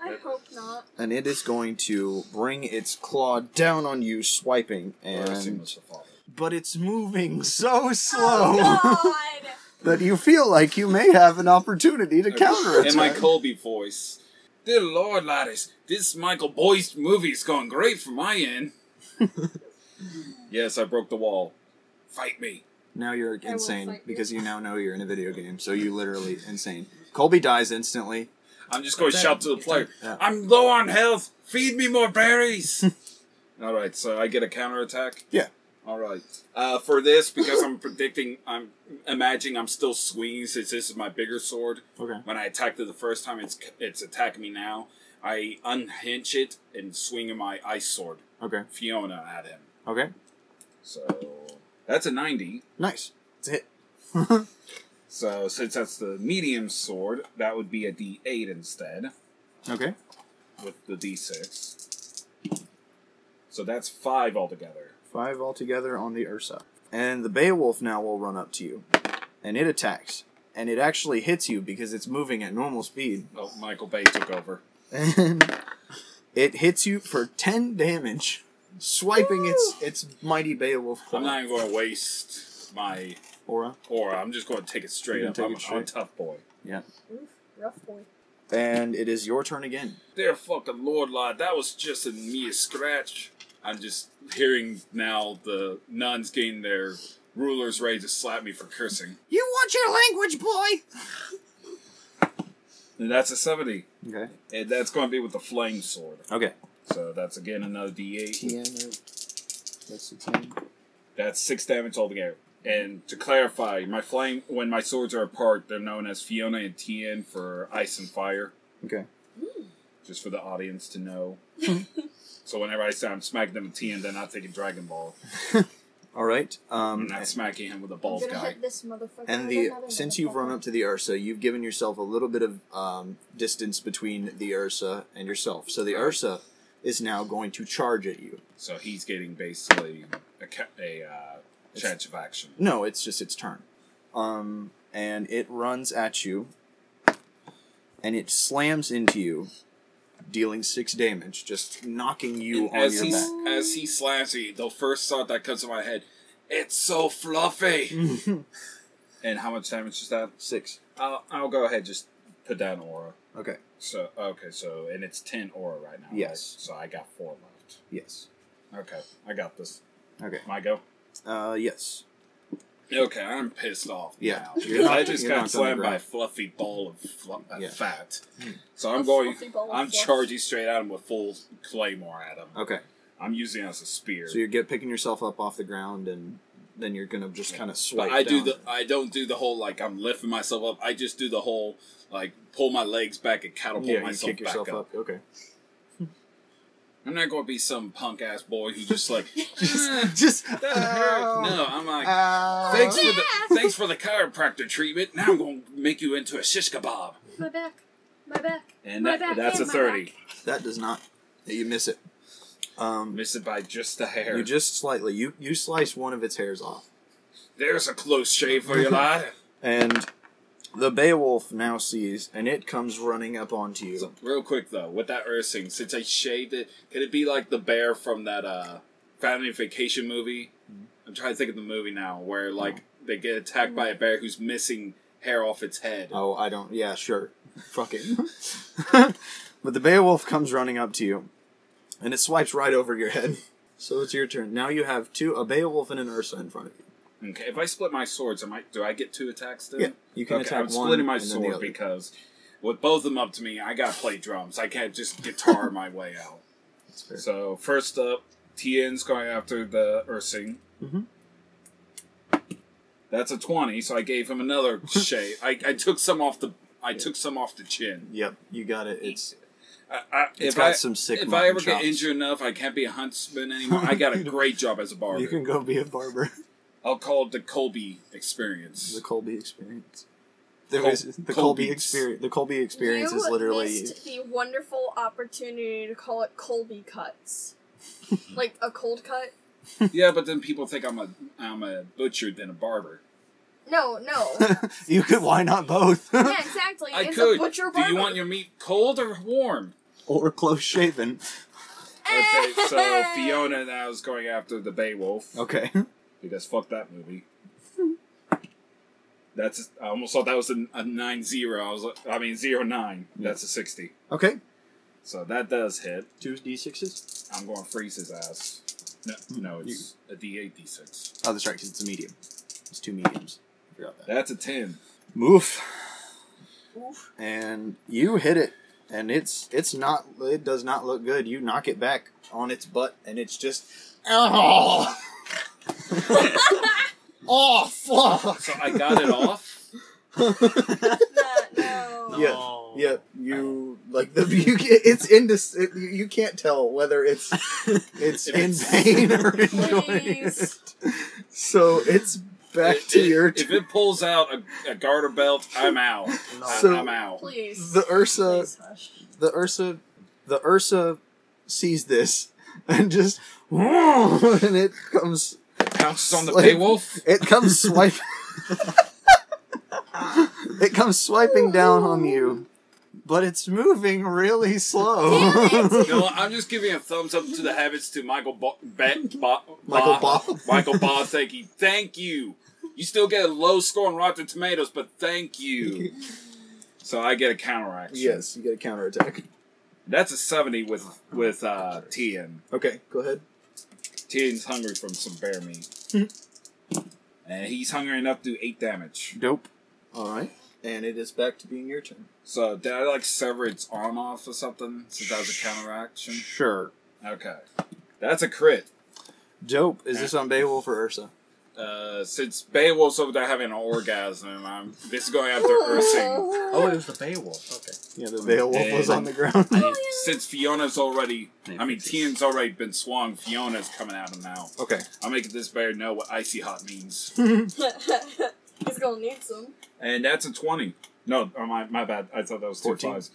I hope not.
and it is going to bring its claw down on you swiping
Ursing was
and
the father.
but it's moving so slow
Oh, God!
(laughs) that you feel like you may have an opportunity to counter it
In my Colby voice. Dear Lord, laddies, this Michael Boyce movie's going great for
(laughs)
my end. yes, I broke the wall. Fight me.
now you're
will
insane
fight you.
because you now know you're in a video game so you literally insane colby dies instantly
I'm just going to shout to the player.
Yeah. (laughs)
I'm low on health. Feed me more berries. All right, so I get a counterattack.
Yeah.
All right. Uh, for this, because I'm (laughs) predicting, I'm imagining I'm still swinging since this is my bigger sword.
Okay.
When I attacked it the first time, it's it's attacking me now. I unhinge it and swing my ice sword,
Okay.
Fiona, at him.
Okay.
So that's a ninety.
Nice. It's a hit. (laughs)
So since that's the medium sword, that would be a D8 instead
Okay.
with the D6. So that's five altogether.
Five altogether on the Ursa. And the Beowulf now will run up to you. And it attacks. And it actually hits you because it's moving at normal speed.
Oh, Michael Bay took over.
And it hits you for 10 damage, swiping its its mighty Beowulf claw.
I'm not even going to waste my
aura.
aura. I'm just going to take it straight
You're
up.
gonna
I'm,
take it
I'm a
straight.
tough boy.
Oof, rough boy.
And it is your turn again.
Dear fucking Lord, lad, that was just a mere scratch. I'm just hearing now the nuns getting their rulers ready to slap me for cursing.
You want your language, boy!
And that's a 70.
Okay.
And that's going to be with the flame sword.
Okay.
So that's again another D8.
TN. That's the TN.
That's six damage altogether. And to clarify, my flame when my swords are apart, they're known as Fiona and Tien for ice and fire.
Okay.
Just for the audience to know. so whenever I say I'm smacking them with Tien, they're not taking Dragon Ball.
All right.
I'm
Um,
not smacking him with a
I'm
bald
gonna
guy.
hit this motherfucker.
and
with
the
another
since you've run
motherfucker.
up to the Ursa, you've given yourself a little bit of um, distance between the Ursa and yourself. So the Ursa is now going to charge at you.
So he's getting basically a, ca- a uh, chance of action.
No, it's just its turn. Um, and it runs at you, and it slams into you, dealing six damage, just knocking you
And as
on
he
your
s- as he slams me, the first thought that comes to my head, it's so fluffy.
back. (laughs)
and how much damage is that?
six.
I'll, I'll go ahead just put down aura.
Okay.
So okay, so and it's ten aura right now.
Yes.
right? So I got four left.
Yes.
Okay, I got this.
Okay.
My go.
Uh, yes.
Okay, I'm pissed off.
Yeah,
now,
(laughs) you're
because
not-
I just
you're
got
not gonna
slammed by
grab.
a fluffy ball of flu- uh,
Yeah.
fat. (laughs) So I'm
A
going.
fluffy ball of
I'm
fluff.
charging straight at him with full claymore at him.
Okay.
I'm using it as a spear.
So you're get picking yourself up off the ground, and then you're gonna just
Yeah.
kind of
but
swipe.
I do
down.
the. uh, I don't do the whole like I'm lifting myself up. I just do the whole like pull my legs back and catapult
yeah, you
myself
kick
back
yourself
up.
up. Okay.
I'm not going to be some punk ass boy who's just like
Just
Hmm. (laughs)
uh,
that hurt. No, I'm like Thanks for the thanks for the chiropractor treatment. Now I'm gonna make you into a shish kebab.
My back. My back.
And
My
that,
back
that's a
and my
thirty.
That does not. You miss it. Um,
Miss it by just a hair.
you just slightly. You you slice one of its hairs off,
There's a close shave (laughs) for you, lad.
and the Beowulf now sees, and it comes running up onto you.
So, real quick though, with that Ursing, since I shaved it, could it be like the bear from that uh Family Vacation movie? I'm trying to think of the movie now where like they get attacked by a bear who's missing hair off its head.
Oh, I don't. Yeah, sure. Fuck (laughs) it. but the Beowulf comes running up to you, and it swipes right over your head. So it's your turn. Now you have two a Beowulf and an Ursa in front of you.
Okay, if I split my swords, am I do I get two attacks then?
Yeah, you can
okay,
attack
I'm
one.
splitting my
and then the
sword
other.
because with both of them up to me, I gotta play drums. I can't just guitar my way
(laughs)
out.
That's fair.
So first up, Tien's going after the Ursing.
Mhm.
That's a twenty, so I gave
(laughs)
him another shave. I, I took some off the I took some off the chin.
Yep, you got it. It's
I, I,
it's
if
got
I,
some sick.
if I
mutton
ever get
chops.
injured enough, I can't be a huntsman anymore.
(laughs)
I got a great job as a barber.
you can go be a barber.
I'll call it the Colby
(laughs)
experience.
the Colby experience. There
Col-
was the Colby
Colby's.
experience. The Colby experience
you
is literally (laughs)
missed the wonderful opportunity to call it Colby
(laughs)
cuts, like a cold cut.
yeah, but then people think I'm a I'm a butcher than a barber.
No,
(laughs)
no.
you could. Why not both?
(laughs) yeah, exactly.
I
it's
could.
a butcher
Do
barber.
you want your meat cold or warm?
or close shaven.
Okay, (laughs) so Fiona now is going after the Beowulf
Okay. (laughs)
because fuck that movie. That's I almost thought that was a, a nine zero. I was like, I mean zero nine. That's a sixty.
Okay.
So that does hit.
Two d sixes.
I'm going to freeze his ass. No, no,
Hmm.
it's a D eight D six.
Oh, that's right. 'cause it's a medium. It's two mediums. I forgot that.
That's a ten.
Moof. And you hit it. and it's it's not it does not look good. You knock it back on its butt, and it's
(laughs)
just (laughs) oh, oh fuck.
So
(laughs)
I got it off.
(laughs) That- no.
Yeah.
No.
Yeah, you like the (laughs) you ca- it's indis it, you- you can't tell whether
(laughs)
it's it's
If
in
it's-
pain or
(laughs)
enjoying (laughs)
Please.
it. So it's (laughs) back
If-
to
if-
your
If it pulls out a, a garter belt,
(laughs)
I'm out.
No.
I-
So-
I'm out.
Please.
the Ursa
Please hush.
the Ursa the Ursa sees this (laughs) and just and it comes
Pounces on the
Like-
paywolf.
it comes swiping (laughs) it comes swiping down on you but it's moving really slow (laughs)
Damn it.
No, I'm just giving a thumbs up to the habits to Michael Ba Ba- Ba-
Michael
Ba-
Bob
Michael Ba. Thank you. Thank you. You still get a low score on Rotten Tomatoes, but thank you. So I get a counteraction.
yes you get a counterattack
That's a 70 with with uh Tien.
okay go ahead
Tien's hungry from some bear meat.
(laughs)
and he's hungry enough to do 8 damage.
dope all right and it is back to being your turn
So did I like sever its arm off or something? Since that was a counteraction?
sure
Okay. That's a crit.
dope is this on beowulf or ursa
Uh, since Beowulf's over there having an orgasm, I'm, this is going after Ursing.
Oh, it was the Beowulf. Okay.
yeah the beowulf was on the ground
I need-
Since Fiona's already, I mean,
Fixes.
Tien's already been swung, Fiona's coming at him now.
okay
I'm making this bear know what icy hot means.
(laughs) He's gonna need some.
And that's a 20. No, oh, my, my bad. I thought that was two
14?
fives.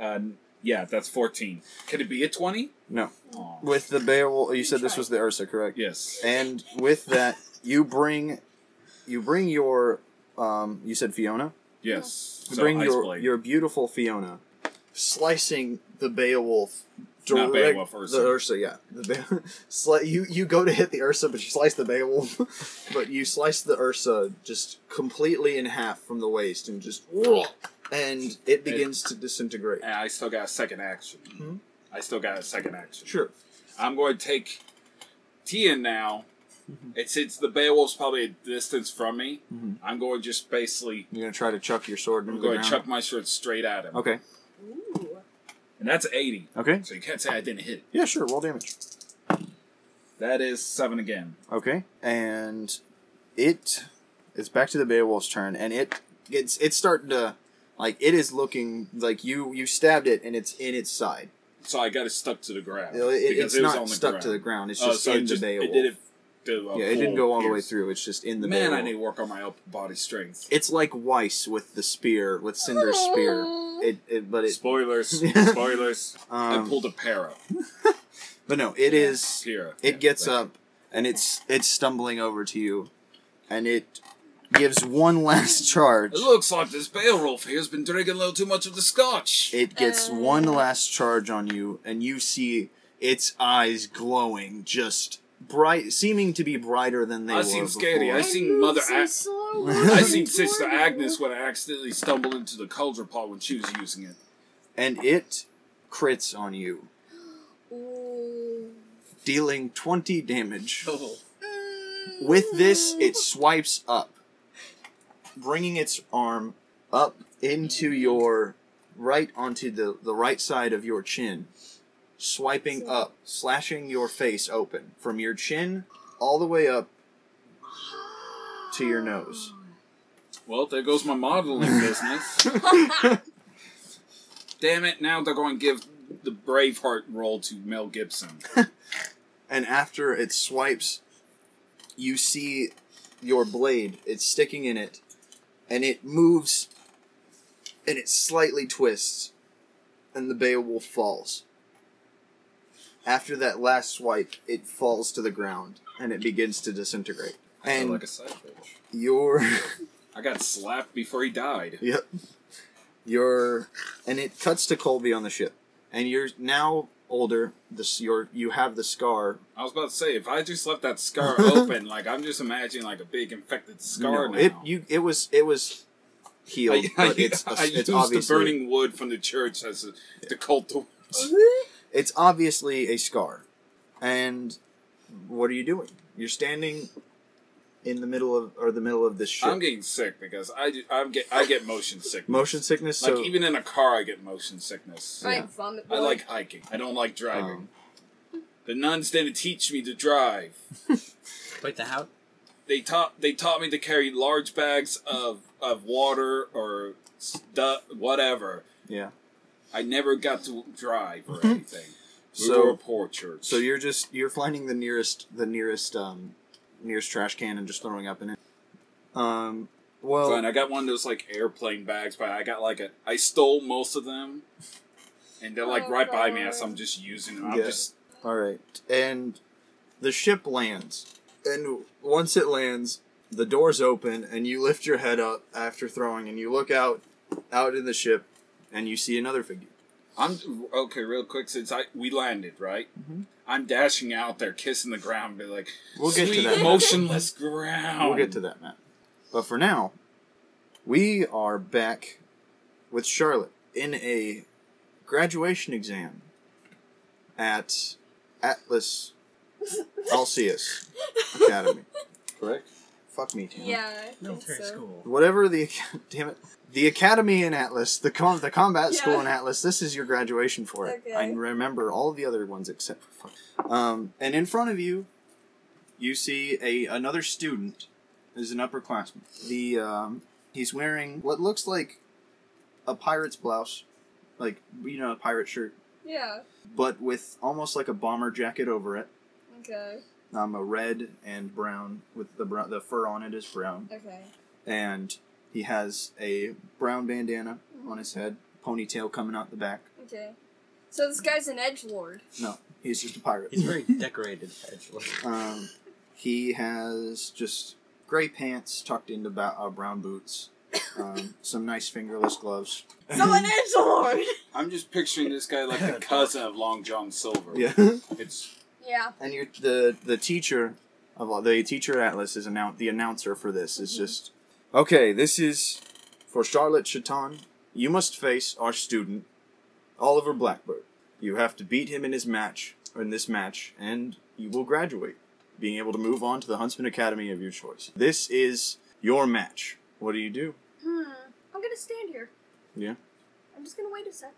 Uh, yeah, that's 14. Can it be a 20?
no
Aw.
with the beowulf you said this was the ursa correct
Yes.
and with that you bring you bring your um you said fiona
Yes.
You
So
bring
Ice
your
Blade.
your beautiful Fiona, slicing the Beowulf.
Not
direct-
Beowulf, Ursa.
The Ursa, yeah. The Be- (laughs) sli- you you go to hit the Ursa, but you slice the Beowulf. (laughs) but you slice the Ursa just completely in half from the waist, and just (laughs) and it begins to disintegrate.
and I still got a second action.
Mhm.
I still got a second action.
Sure.
I'm going to take Tian now.
Mm-hmm.
It since the Beowulf's probably a distance from me,
Mhm.
I'm going to just basically
You're gonna try to chuck your sword.
I'm
into
going
the
to
ground.
chuck my sword straight at him.
Okay.
Ooh.
And that's 80.
Okay.
So you can't say I didn't hit. it.
Yeah, sure. Roll damage.
That is seven again.
Okay. And it it's back to the Beowulf's turn and it it's it's starting to like it is looking like you you stabbed it and it's in its side.
So I got it stuck to the ground.
It- it-
because
it's
it was
not
on the
stuck to the
ground.
ground. It's
Oh,
just
so
in
it
the
just,
Beowulf.
It did it, did a
yeah, it
full
didn't go all the way
pierce.
through. It's just in the
Man,
Beowulf.
I need to work on my up- body strength.
It's like Weiss with the spear with Cinder's spear. It, it but it (laughs)
spoilers, spoilers. I
um,
pulled a para.
but no, it is
Pira.
it gets
up.
up and it's it's stumbling over to you and it gives one last (laughs) charge.
It looks like this Beowulf here's been drinking a little too much of the scotch.
It gets
Uh.
one last charge on you, and you see its eyes glowing, just bright, seeming to be brighter than they
I
were.
seem
before.
scary. I seen Mother Ag-
I (laughs)
I seen Sister Agnes when I accidentally stumbled into the cauldron pot when she was using it.
And it crits on you, dealing twenty damage.
Oh.
With this, it swipes up, bringing its arm up into your right onto the the right side of your chin, swiping up, slashing your face open from your chin all the way up to your nose. (laughs)
Well, there goes my modeling business. Damn it, now they're going to give the Braveheart role to Mel Gibson.
and after it swipes, you see your blade. It's sticking in it, and it moves, and it slightly twists, and the Beowulf falls. After that last swipe, it falls to the ground and it begins to disintegrate.
I feel
And
like a savage.
your (laughs)
I got slapped before he died.
Yep. You're, and it cuts to Colby on the ship, and you're now older. This your you have the scar.
I was about to say, if I just left that scar (laughs) open, like, I'm just imagining, like, a big infected scar
No,
now.
it you it was it was healed,
I, I, (laughs)
but it's
I
it's
used the
obviously
burning wood from the church as a, the cult to-
it's obviously a scar. And what are you doing? You're standing in the middle of or the middle of this ship.
I'm getting sick because I do, I'm get I get motion sickness.
Motion sickness.
Like
So
even in a car, I get motion sickness.
Right, vomit boy.
I like hiking. I don't like driving.
um,
the nuns didn't teach me to drive.
Wait, the how?
They taught they taught me to carry large bags of of water or stu- whatever.
yeah.
I never got to drive
(laughs)
or anything. we
So-
were a poor church.
So you're just you're finding the nearest the nearest um nearest trash can and just throwing up in it. Um. Well,
Fine, I got one of those like airplane bags, but I got like a. I stole most of them, and they're like
Oh,
right by me,
God.
so I'm just using them. I'm
Yeah.
just
All right. And the ship lands. And once it lands, the doors open and you lift your head up after throwing and you look out out in the ship and you see another figure.
I'm okay. Real quick, since I we landed right,
Mm-hmm.
I'm dashing out there, kissing the ground, be like,
We'll get to
"Sweet
that.
motionless ground."
We'll get to that, Matt. But for now, we are back with Charlotte in a graduation exam at Atlas Alceus Academy.
correct.
Fuck me, Tim.
yeah, I think
Military
so.
school.
whatever the (laughs) damn it the academy in atlas the com- the combat
Yeah.
school in atlas this is your graduation for it i
Okay.
remember all the other ones except for fuck. um and in front of you you see a another student is an upperclassman the um he's wearing what looks like a pirate's blouse like you know a pirate shirt
Yeah.
but with almost like a bomber jacket over it
Okay.
um a red and brown with the brown, the fur on it is brown
Okay.
and he has a brown bandana on his head, ponytail coming out the back.
Okay. So this guy's an edge lord.
No, he's just a pirate.
He's very decorated, actually.
(laughs) Um, he has just gray pants tucked into ba- uh, brown boots, um, some nice fingerless gloves.
So an edge lord.
I'm just picturing this guy like the cousin of Long John Silver.
(laughs) yeah,
it's
Yeah.
and you're, the the teacher of all, the teacher at Atlas is annou- the announcer for this is
Mm-hmm.
just okay. This is for Charlotte Chaton. You must face our student Oliver Blackbird. You have to beat him in his match, or in this match, and you will graduate, being able to move on to the Huntsman Academy of your choice. This is your match. What do you do?
Hmm. I'm gonna stand here.
Yeah.
I'm just gonna wait a sec.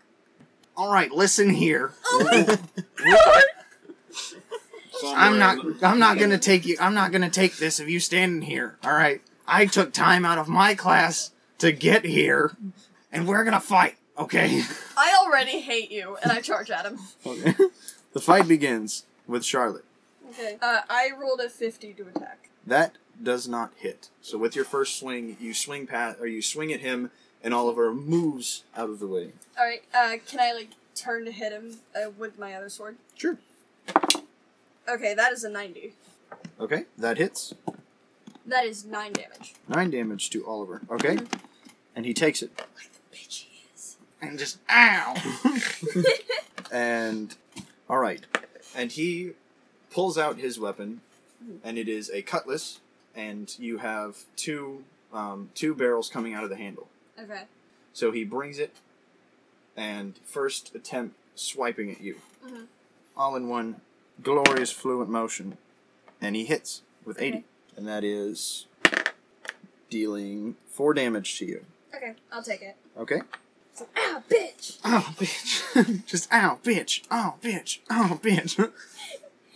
All right, listen here.
somewhere
I'm
in
not.
the-
I'm not gonna take you. I'm not gonna take this if you standing here. All right. I took time out of my class to get here, and we're gonna fight. Okay.
I already hate you, and I charge at him.
the fight begins with Charlotte.
Okay. (laughs) Uh, I rolled a 50 to attack.
That does not hit. So with your first swing, you swing past, or you swing at him, and Oliver moves out of the way.
Alright, uh, can I, like, turn to hit him uh, with my other sword?
Sure.
Okay, that is a 90.
Okay. That hits.
That is 9 damage.
Nine damage to Oliver. Okay. And he takes it.
Bitch, he is.
and just ow (laughs) and all right and he pulls out his weapon and it is a cutlass and you have two um, two barrels coming out of the handle
Okay.
so he brings it and first attempt swiping at you
Mhm.
all in one glorious fluent motion and he hits with 80
Okay.
and that is dealing four damage to you
Okay, I'll take it.
okay
So, ah, bitch!
Oh, bitch. (laughs) Just, ow, bitch. Oh, bitch. Oh, bitch.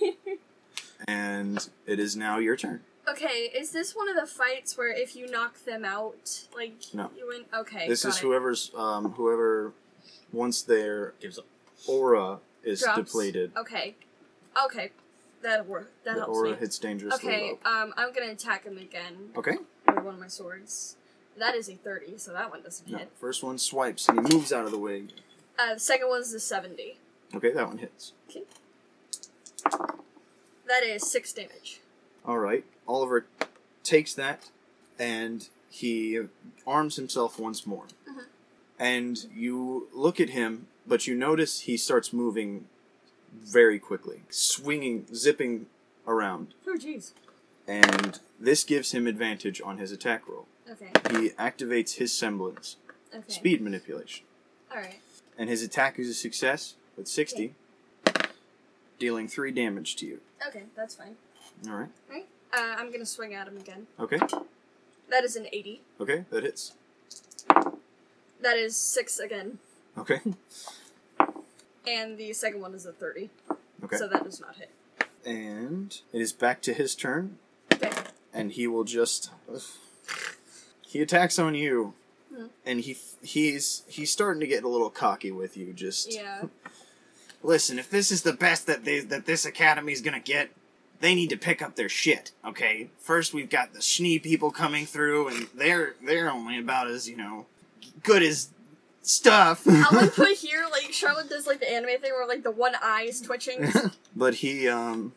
(laughs) and it is now your turn.
Okay, is this one of the fights where if you knock them out, like,
No.
you win? Okay,
this
got
is
it.
whoever's, um, whoever, once their
Gives up.
aura is
Drops.
depleted,
Okay. Okay. That, wor- that
the
helps
aura
me.
hits dangerously
Okay,
low.
um, I'm gonna attack him again
Okay.
with one of my swords. That is a 30, so that one doesn't
No.
hit.
First one swipes and he moves out of the way.
Uh, the second one's the 70.
Okay, that one hits.
That is 6 damage.
All right. Oliver takes that and he arms himself once more.
Mhm.
And you look at him, but you notice he starts moving very quickly, swinging, zipping around.
Oh, jeez.
And this gives him advantage on his attack roll.
Okay,
He activates his semblance,
okay.
speed manipulation.
Alright.
And his attack is a success with 60, dealing 3 damage to you.
Okay, that's fine.
All right.
Right? Uh, I'm gonna swing at him again.
Okay.
That is an 80.
Okay, that hits.
That is 6 again.
Okay.
And the second one is a 30.
Okay.
So that does not hit.
and it is back to his turn,
Okay.
and he will just he attacks on you,
Hmm.
and he f- he's he's starting to get a little cocky with you. Just
Yeah.
listen, if this is the best that they that this academy's gonna get, they need to pick up their shit. Okay, first we've got the Schnee people coming through, and they're they're only about as you know good as stuff.
I
(laughs)
like put here, like, Charlotte does, like, the anime thing where, like, the one eye
(laughs)
is twitching.
but he um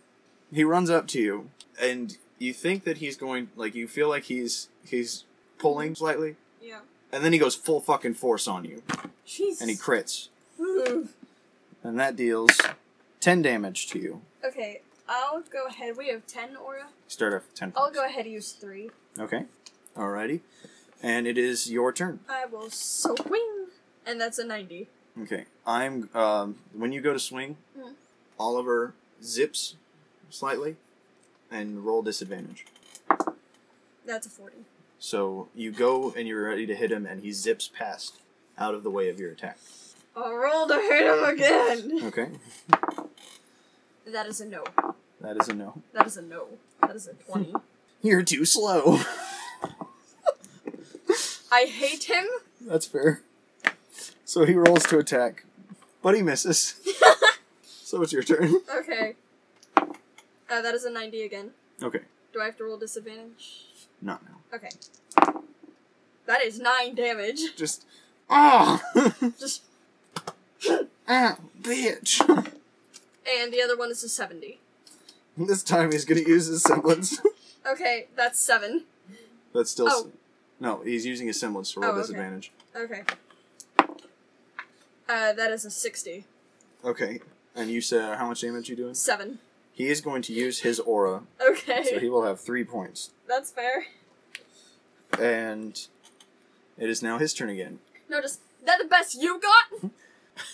he runs up to you and you think that he's going like you feel like he's he's pulling slightly
yeah.
and then he goes full fucking force on you
Jesus.
and he crits
(laughs) Ooh.
and that deals 10 damage to you
okay, I'll go ahead. We have 10 aura.
start off with 10
I'll
points.
go ahead and use 3.
okay alrighty and it is your turn
I will swing. And that's a 90.
okay i'm um when you go to swing
Mm.
oliver zips slightly and roll disadvantage
That's a 40.
so you go and you're ready to hit him and he zips past out of the way of your attack
I'll roll to hit him again.
Okay,
(laughs) That is a no.
that is a no.
That is a no. That is a 20.
You're too slow.
(laughs) I hate him.
(laughs) That's fair. So he rolls to attack, but he (laughs) misses. so it's your turn.
Okay. Uh, that is a 90 again.
Okay,
Do I have to roll disadvantage?
not now.
Okay. That is 9 damage. (laughs)
Just ah, (laughs)
Just
ah, bitch. (laughs)
And the other one is a 70.
this time he's gonna use his semblance. (laughs)
Okay, that's 7.
That's still s-
Oh.
no. He's using his semblance to roll
Oh, okay.
disadvantage.
Okay. Uh, that is a 60.
Okay, and you said how much damage you doing?
7.
He is going to use his aura,
Okay.
so he will have three points,
That's fair.
and it is now his turn (laughs) again.
No, just. That the best you
(laughs)
got?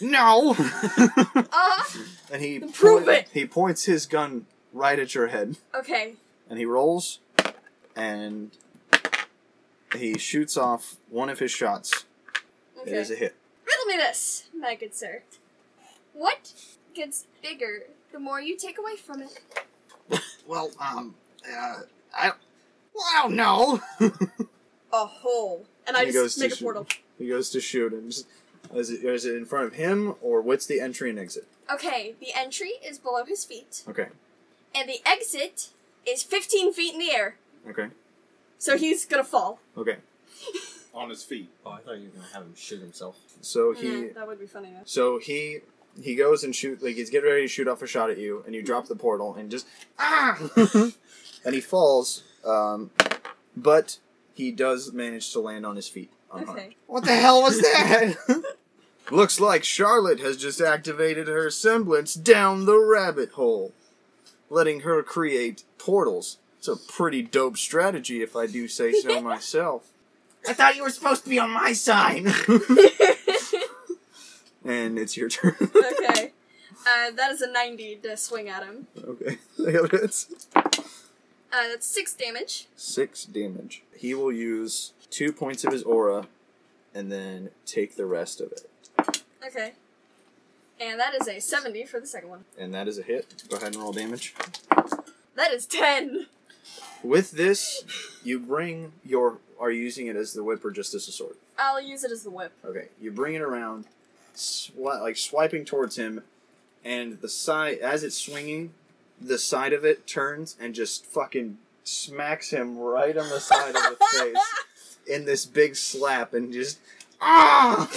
No.
Uh
And he
Then prove
point-
it!
He points his gun right at your head,
Okay.
and he rolls, and he shoots off one of his shots.
Okay.
It is a hit.
Riddle me this, my good sir. What gets bigger the more you take away from it?
Well, um, uh, I, well, I don't know.
A hole. And I
He goes
just
to
make a
shoot.
portal.
(laughs) He goes to shoot him. Is it, is it in front of him, or what's the entry and exit?
Okay, the entry is below his feet,
Okay,
and the exit is 15 feet in the air.
okay,
So he's gonna fall.
okay.
on his feet.
Oh, I thought you were gonna have him shoot himself.
So he,
Mm, that would be funny. Though.
so he, he goes and shoot. Like he's getting ready to shoot off a shot at you, and you drop the portal and just
(laughs) Ah!
and he falls, um, but he does manage to land on his feet. unharmed.
Okay. (laughs)
what the hell was that?
(laughs) Looks like Charlotte has just activated her semblance down the rabbit hole, letting her create portals. It's a pretty dope strategy, if I do say
(laughs)
so myself.
I thought you were supposed to be on my side.
(laughs)
(laughs)
And it's your turn.
okay. Uh, that is a 90 to swing at him.
okay, that's
Uh, that's 6 damage.
six damage. He will use two points of his aura, and then take the rest of it.
Okay. And that is a 70 for the second one.
And that is a hit. Go ahead and roll damage.
That is 10!
With this, you bring your. Are you using it as the whip or just as a sword?
I'll use it as the whip.
Okay, you bring it around, swi- like swiping towards him, and the side as it's swinging, the side of it turns and just fucking smacks him right on the side of
(laughs)
the face in this big slap, and just ah,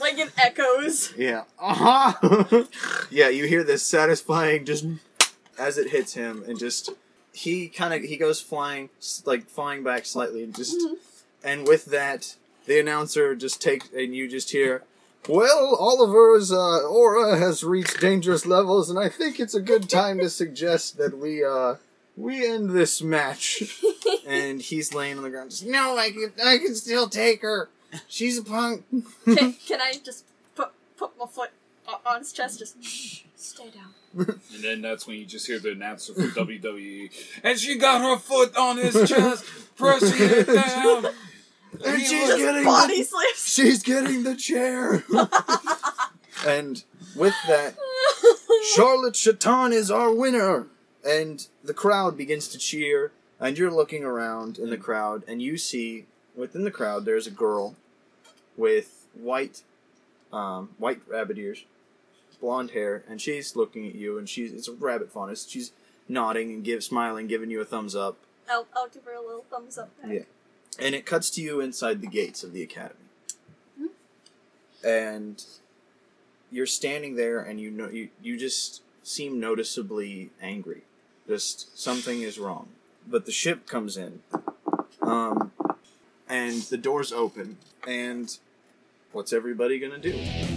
(laughs)
Like it (laughs) echoes.
yeah, ah, (laughs) yeah. You hear this satisfying just as it hits him, and just he kind of he goes flying s- like flying back slightly, and just and with that the announcer just takes and you just hear well oliver's uh, aura has reached dangerous levels and i think it's a good time to suggest that we uh we end this match and he's laying on the ground just no i can i can still take her she's a punk (laughs)
can, can I just put, put my foot o- on his chest? Just shh, stay down.
And then that's when you just hear the announcer for (laughs) WWE. And she got her foot on
(laughs)
his chest, pressing it down.
And
He
she's
was-
getting
Body slams.
she's getting the chair. and with
(laughs)
that, Charlotte Chaton is our winner. And the crowd begins to cheer. And you're looking around in the crowd, and you see within the crowd there's a girl with white, um, white rabbit ears, blonde hair, and she's looking at you, and she's it's a rabbit faunus. She's nodding and give smiling, giving you a thumbs up.
I'll, I'll give her a little thumbs up. Back.
Yeah. and it cuts to you inside the gates of the academy
Hmm.
and you're standing there and you know you, you just seem noticeably angry just something is wrong but the ship comes in um, and the doors open and what's everybody gonna do